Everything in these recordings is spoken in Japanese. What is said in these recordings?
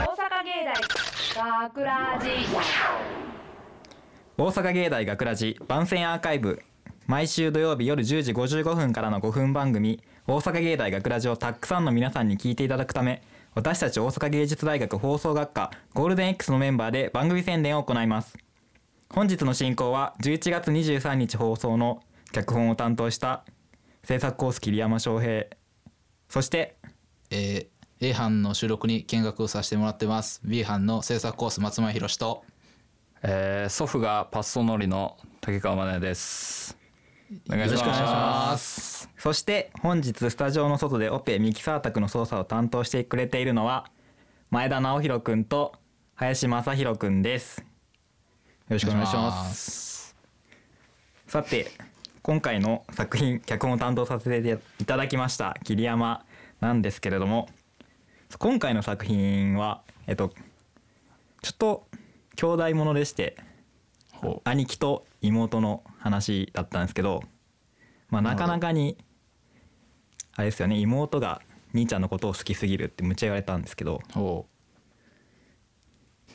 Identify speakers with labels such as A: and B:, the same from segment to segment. A: 大学ラジ
B: 大阪芸大学ラジ番宣アーカイブ毎週土曜日夜10時55分からの5分番組「大阪芸大学ラジをたくさんの皆さんに聞いていただくため私たち大阪芸術大学放送学科ゴールデン X のメンバーで番組宣伝を行います本日の進行は11月23日放送の脚本を担当した制作コース桐山翔平そして
C: えー A 班の収録に見学させてもらってます B 班の制作コース松前宏と
D: えー、祖父がパストノリの竹川真奈です。お願いし
C: よろしくお願いし
D: ま。
C: ます
B: そして本日スタジオの外でオペミキサー宅の操作を担当してくれているのは前田直弘くんと林正弘くんですよろしくお願いします
C: す
B: さて今回の作品脚本を担当させていただきました桐山なんですけれども今回の作品はえっとちょっと兄弟ものでして
C: ほ
B: 兄貴と妹の話だったんですけど、まあ、なかなかにあれですよね妹が兄ちゃんのことを好きすぎるってむちゃ言われたんですけど
C: ほ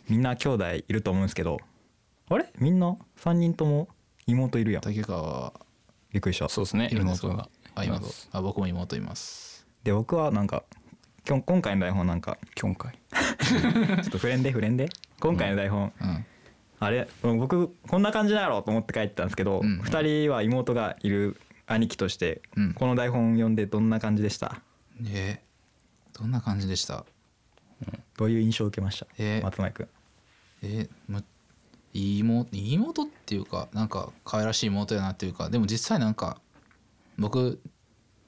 B: みんな兄弟いると思うんですけどあれみんな3人とも妹いるやん
C: う竹川は
B: びっくりした
D: そうですね。
C: 妹
D: 妹
C: が
D: が
C: あ
D: いま
C: 妹
D: す。
C: あ僕も妹います
B: で僕はなんかきょん今回の台本なんか
D: 今回。
B: ちょっとフレンデフレンデ今回の台本、
C: うん
B: あれ僕こんな感じだろうと思って書いてたんですけど、
C: うんうん
B: 二2人は妹がいる兄貴として、
C: うん
B: この台本読んでどんな感じでした
C: えーどんな感じでした
B: どういう印象を受けました、
C: えー
B: 松前くん
C: えーむいい妹いい妹っていうかなんか可愛らしい妹やなっていうかでも実際なんか僕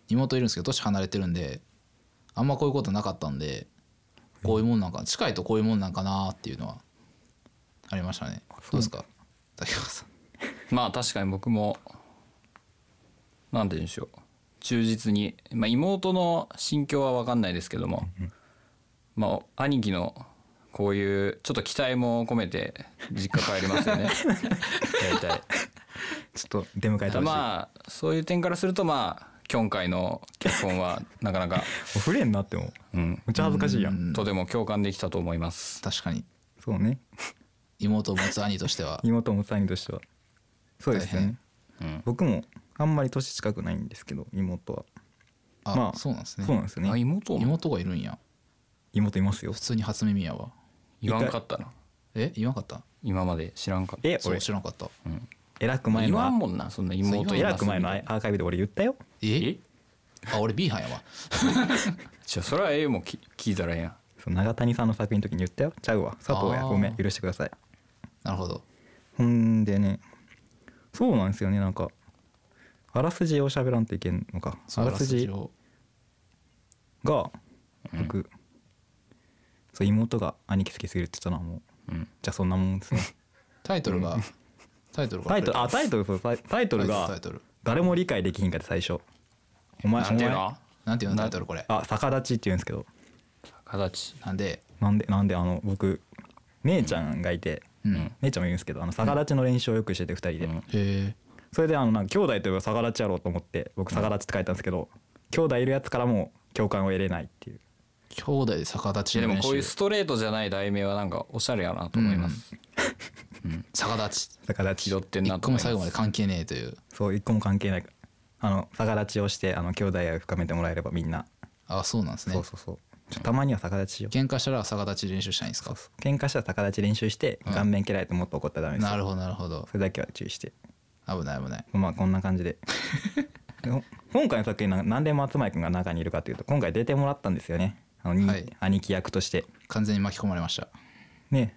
C: 妹いるんですけど年離れてるんであんまこういうことなかったんでこういうもんなんか近いとこういうもんなんかなっていうのはありましたねどうですか竹川さん
D: まあ確かに僕もなんて言うんでしょう。忠実に、まあ妹の心境はわかんないですけども、まあ兄貴のこういうちょっと期待も込めて実家帰りますよ ね。大体。
B: ちょっと出迎えたらしい、
D: まあそういう点からするとまあ今回の結婚はなかなか、
B: フレンになっても
D: うん、
B: めっちゃ恥ずかしいやん
D: とても共感できたと思います。
C: 確かに
B: そうね
C: 妹を持つ兄としては
B: 妹も三人としてはそうです
C: 大
B: ね
C: 変
D: うん
B: 僕もあんまり年近くないんですけど妹は、
C: あ、
B: まあ
C: そうなんですね
B: そうなんですよ
D: あ
B: ね
D: 妹も
C: 妹がいるんや
B: 妹いますよ
C: 普通に初耳やわ
D: 言わんかったな
C: え言わなかった
D: 今まで知らんかった
B: え
C: そう
B: 俺
C: 知らなかった
B: 偉く前
D: 言
B: の
D: わん
B: あ
D: もんなそんな妹
C: そう
D: い
B: 偉
D: ます
B: く前のアーカイブで俺言ったよ
C: え
D: え
C: あ俺 B 班やわ
D: じゃあそれは A もき聞いたらええやん
B: そう永谷さんの作品の時に言ったよちゃうわ佐藤や
C: あー
B: ごめん許してください
C: なるほど
B: ほんでねそうなんですよねなんかあらすじを喋らんといけんのか
C: そう
B: あらすじ
C: を
B: が僕、そう妹が兄貴好きすぎるって言ったのはもう
D: うん
B: じゃあそんなもんですね
C: タイトルが、タイトルが
B: タイトルあタイトルそうタイタイトル
C: タイ
B: が
C: トル
B: 誰も理解できひんかって最初お前
D: なんていう
B: お前
D: の
C: なんていうのタイトルこれ
B: あ逆立ちって言うんですけど
D: 形
C: なんで
B: なんでなんであの僕姉ちゃんがいて、
C: うん、へ
D: ん
B: 姉ちゃんもいるんですけどあの逆立ちの練習をよくしてて2人で、
D: うん
C: え
B: それであのなんか兄弟といえば逆立ちやろうと思って僕逆立ちって書いたんですけど、兄弟いるやつからも共感を得れないっていう
C: 兄弟で逆立
D: い
C: ち
D: やで
C: の
D: も
C: 練
D: こういう
C: 習
D: ストレートじゃない題名はなんかおしゃれやなと思います、
C: 逆立ち
B: 逆立
D: 気
B: ち
D: 取ってんな
C: 一
D: と
C: 個も
D: 思います
C: 最後まで関係ねえという
B: そう一個も関係ないあの逆立ちをしてあの兄弟愛を深めてもらえればみんな、
C: あそうなんですね
B: そうそうそうちょたまには逆立ちを
C: 喧嘩したら逆立ち練習したいんですか
B: 喧嘩したら逆立ち練習して
C: うん
B: 顔面蹴られてもっと怒ったらダメですよ、
C: なるほどなるほど
B: それだけは注意して
C: 危ない危ない
B: まあこんな感じででほ今回の作品ななんで松前くんが中にいるかというと今回出てもらったんですよねあの、に
C: はい
B: 兄貴役として
C: 完全に巻き込まれました、
B: ね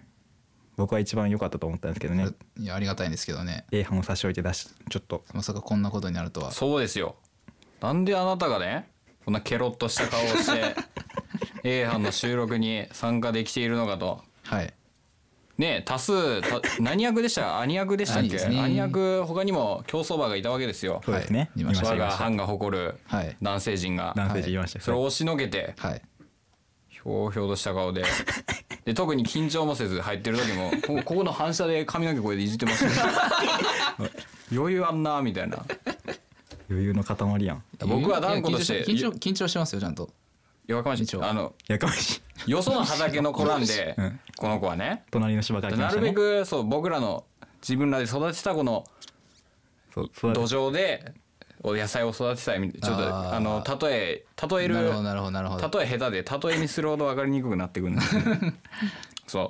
B: 僕は一番良かったと思ったんですけどね
C: いやありがたいんですけどね
B: A 班を差し置いて出しちょっと
C: まさかこんなことになるとは
D: そうですよなんであなたがねこんなケロッとした顔をして A 班の収録に参加できているのかと
C: はい
D: ねえ多数た何役でした兄役でしたっ
C: 兄で
D: け
C: す
D: 兄,、
C: ね
D: 役他にも競走馬がいたわけですよ
B: そうですね、
C: 見ました
D: 我
B: 見
D: が
B: ました
D: 藩が誇る
C: はい
D: 男性陣が、
B: 男性陣いましたよ
D: それを押しのけて
C: はい
D: ひょうひょうとした顔でで特に緊張もせず入ってる時もこここの反射で髪の毛これでいじってましたよ余裕あんなみたいな
B: 余裕の塊やん
D: 僕は断固として
C: いや緊張緊張緊張してますよちゃんと
D: いや若林
C: 緊張
D: あの
B: やかましい
D: よその畑の子なんで、
B: うん
D: この子はね
B: 隣の芝から来ま
D: な
B: した
D: る
B: ね
D: べくそう僕らの自分らで育てたこの
B: そうそう
D: 土壌でお野菜を育てたいみたいなちょっと
C: あー
D: あの例え例える
C: なるほどなるほどなるほど
D: 例え下手で例えにするほど分かりにくくなってくるんですよ そうだ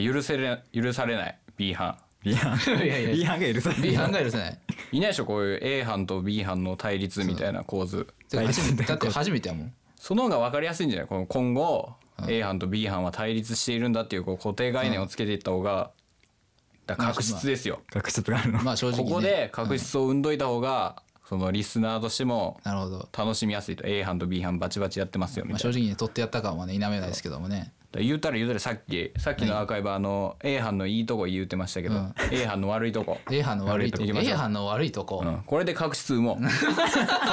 D: から許せれ許されない B 班
B: 違反
C: いやいや
B: 違反が許され
C: B
B: ない
C: 班が許せない
D: いないでしょこういう A 班と B 班の対立みたいな構図
C: てか初めてだって初めてやもん
D: その方が分かりやすいんじゃないこの今後 A 班と B 班は対立しているんだっていうこう固定概念をつけていった方がだから確実ですよ
B: 確執があるの
C: まあ正直ね
D: ここで確実を生んどいた方がそのリスナーとしても
C: なるほど、
D: 楽しみやすいと A 班と B 班バチバチやってますよみ
C: まあ、
D: たい
C: 正
D: な
C: 直に取ってやった感はね否めないですけどもね
D: だから言うたら言うたらさっきさっきのアーカイブあの A 班のいいとこ言うてましたけど
C: うん
D: A 班の悪いと こ
C: A 班の悪いとこ
D: 悪いとこ
C: A 班の悪いとこ、
D: うんこれで確 執生もうファ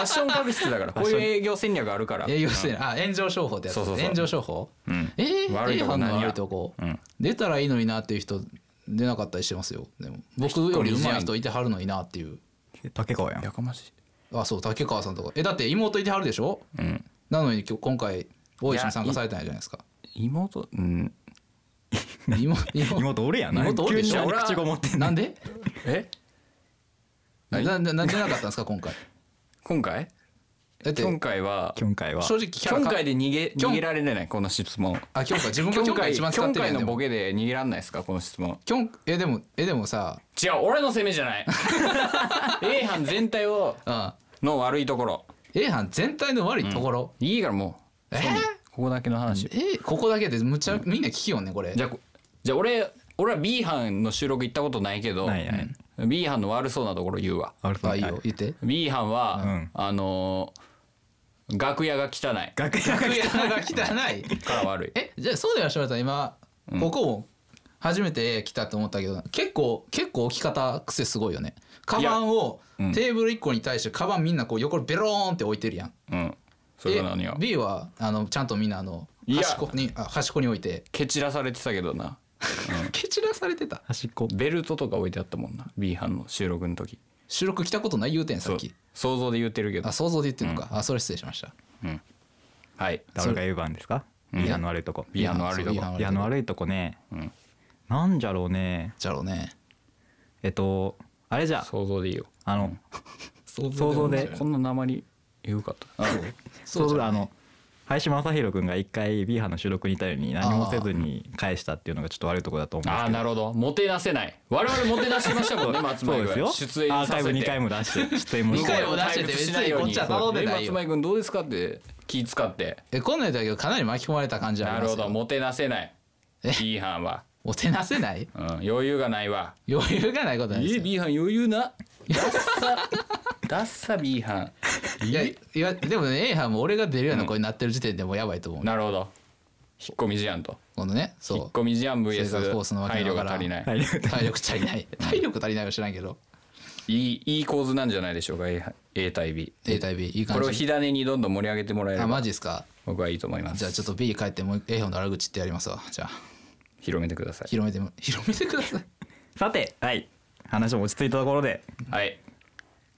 D: ッション確執だからこういう営業戦略あ るから
C: 営業してないあ炎上商法ってやつ
D: そうそうそう
C: 炎上商法、
D: うん
C: えー、
D: 悪いと
C: A
D: こ
C: 班
D: 何や
C: の悪いとこ、
D: うん
C: 出たらいいのになっていう人出なかったりしてますよでも僕より上手い人いてはるのになっていう
B: 竹川やん
D: やかましい
C: あそう竹川さんとかえだって妹いてはるでしょ
D: うん
C: なのに今日今回大石に参加されてないじゃないですか
D: 妹うん
C: 妹妹
B: 妹おるやんな
C: 妹おる
B: 急
C: で
B: に
C: しょ
B: 口ごもってん
C: な
B: ね
C: んで
D: え
C: ななななんでなかったんですか今回
D: 今回
C: だって
D: 今回は
B: 今回は
C: 正直キャラ
D: 今
C: か
D: 回で逃げ
C: キョン
D: 逃げられないこの質問
C: あ今日か自分が
D: 今
C: 今
D: 回
C: 回一番使
D: 今
C: ってるや
D: 回
C: んで
D: の
C: も
D: ボケで逃げられないですかこの質問
C: キョンえでもえでもさ
D: 違う俺の責めじゃない A 班全体を
C: あ
D: の悪いところ
C: A 班全体の悪いところ、
D: いいからもう
C: えー
D: ソニーここだけの話
C: えここだけでむちゃみんな聞きよんねこれ
D: じゃあこじゃあ俺俺は B 班の収録行ったことないけど
B: ないない
D: B 班の悪そうなところ言うわ
B: ある
C: あいいよ言って
D: B 班は、
B: うん
D: あのー楽屋が汚い
B: 楽 屋が
C: 楽屋が汚い
D: から悪い
C: えじゃあそうだよ柴田さん今ここも初めて来たと思ったけど結構結構置き方癖すごいよねカバンを
D: うん
C: テーブル1個に対してカバンみんなこう横にベローンって置いてるやん
D: うんそれ
C: で
D: は何よ
C: B はあのちゃんとみんなあの
D: いや
C: 端っこにあ端っこに置いて
D: 蹴散らされてたけどな
C: 蹴散らされてた
B: 端っこ
D: ベルトとか置いてあったもんな B 班の収録の時
C: 収録来たことない言うてんさ
D: そ
C: っ
D: う
C: き
D: 想像で言ってるけど
C: あ想像で言ってんのかあそれ失礼しました
D: はい
B: 誰が A 番ですか
D: うん
B: B 班の悪いとこ
D: B 班の悪いとこ
C: B 班
B: B 班の悪いとこね
D: うん
B: なんじゃろうね
C: じゃろうね
B: えっとあれじゃ
D: 想像でいいよ
B: あの
C: 想
B: 想像で
D: こんな鉛えぐかったな
B: そうそうあの林正弘君が一回 B 班の収録にいたように何もせずに返したっていうのがちょっと悪いとこだと思うんですけ
D: あー
B: ど
D: なるほどもてなせない我々もてなしましたもんね松
B: そ
D: 前
B: うですよ
D: 君出演
B: アー
D: さ
B: カイ
D: せ
B: ブ2
D: て
B: 回も出して出演も
C: 二
B: して
C: 回も出してて
D: 退屈しないように
C: 別にこっちは頼んでないよ
D: え松前君どうですかって気使って
C: えこんなんやったけどかなり巻き込まれた感じはあ
D: な
C: り
D: る
C: ます
D: ほ
C: よ
D: どもてなせない
C: え
D: B 班は、
C: お手なせない
D: うん、余裕がないわ
C: 余裕がないことないです
D: え
C: よ
D: B 班余裕なダッサ ダッサ B 班
C: いやいやでもね A 班も俺が出るような声になってる時点でもうやばいと思う、
D: なるほど引っ込み思案と
C: このね
D: 引っ
C: そ
D: 込み思案
C: 生活コースの
D: VS
C: わけ
D: 配
C: の
D: 慮
C: わからん
D: が足りない、
B: はい
C: う体力足りない体力足りないは知らんけど
D: い、いいい構図なんじゃないでしょうか A, A 対 B
C: A 対 B いい
D: こ
C: 感
D: れを
C: じ
D: 火種にどんどん盛り上げてもらえれ
C: あマ
D: ば
C: ジですか
D: 僕はいいと思います
C: じゃあちょっと B 帰ってもう A 班の悪口ってやりますわじゃあ
D: 広めてください
C: 広めても広めてください
B: さてはい話も落ち着いたところで
D: はい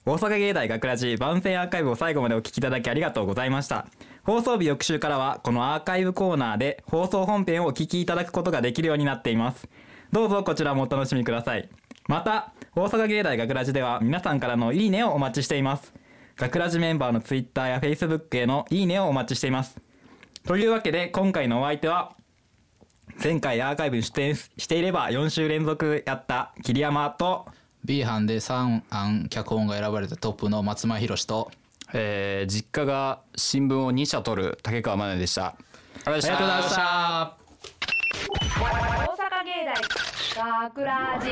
B: 大阪芸大学ラジ番宣アーカイブを最後までお聞きいただきありがとうございました放送日翌週からはこのアーカイブコーナーで放送本編をお聞きいただくことができるようになっていますどうぞこちらもお楽しみくださいまた大阪芸大学ラジでは皆さんからのいいねをお待ちしています学ラジメンバーのツイッターやフェイスブックへのいいねをお待ちしていますというわけで今回のお相手は前回アーカイブに出演していれば4週連続やった桐山と
C: B 班で3案脚本が選ばれたトップの松前宏と
D: えー実家が新聞を2社取る竹川真奈でしたありがとうございました
A: 大阪芸大学ラジ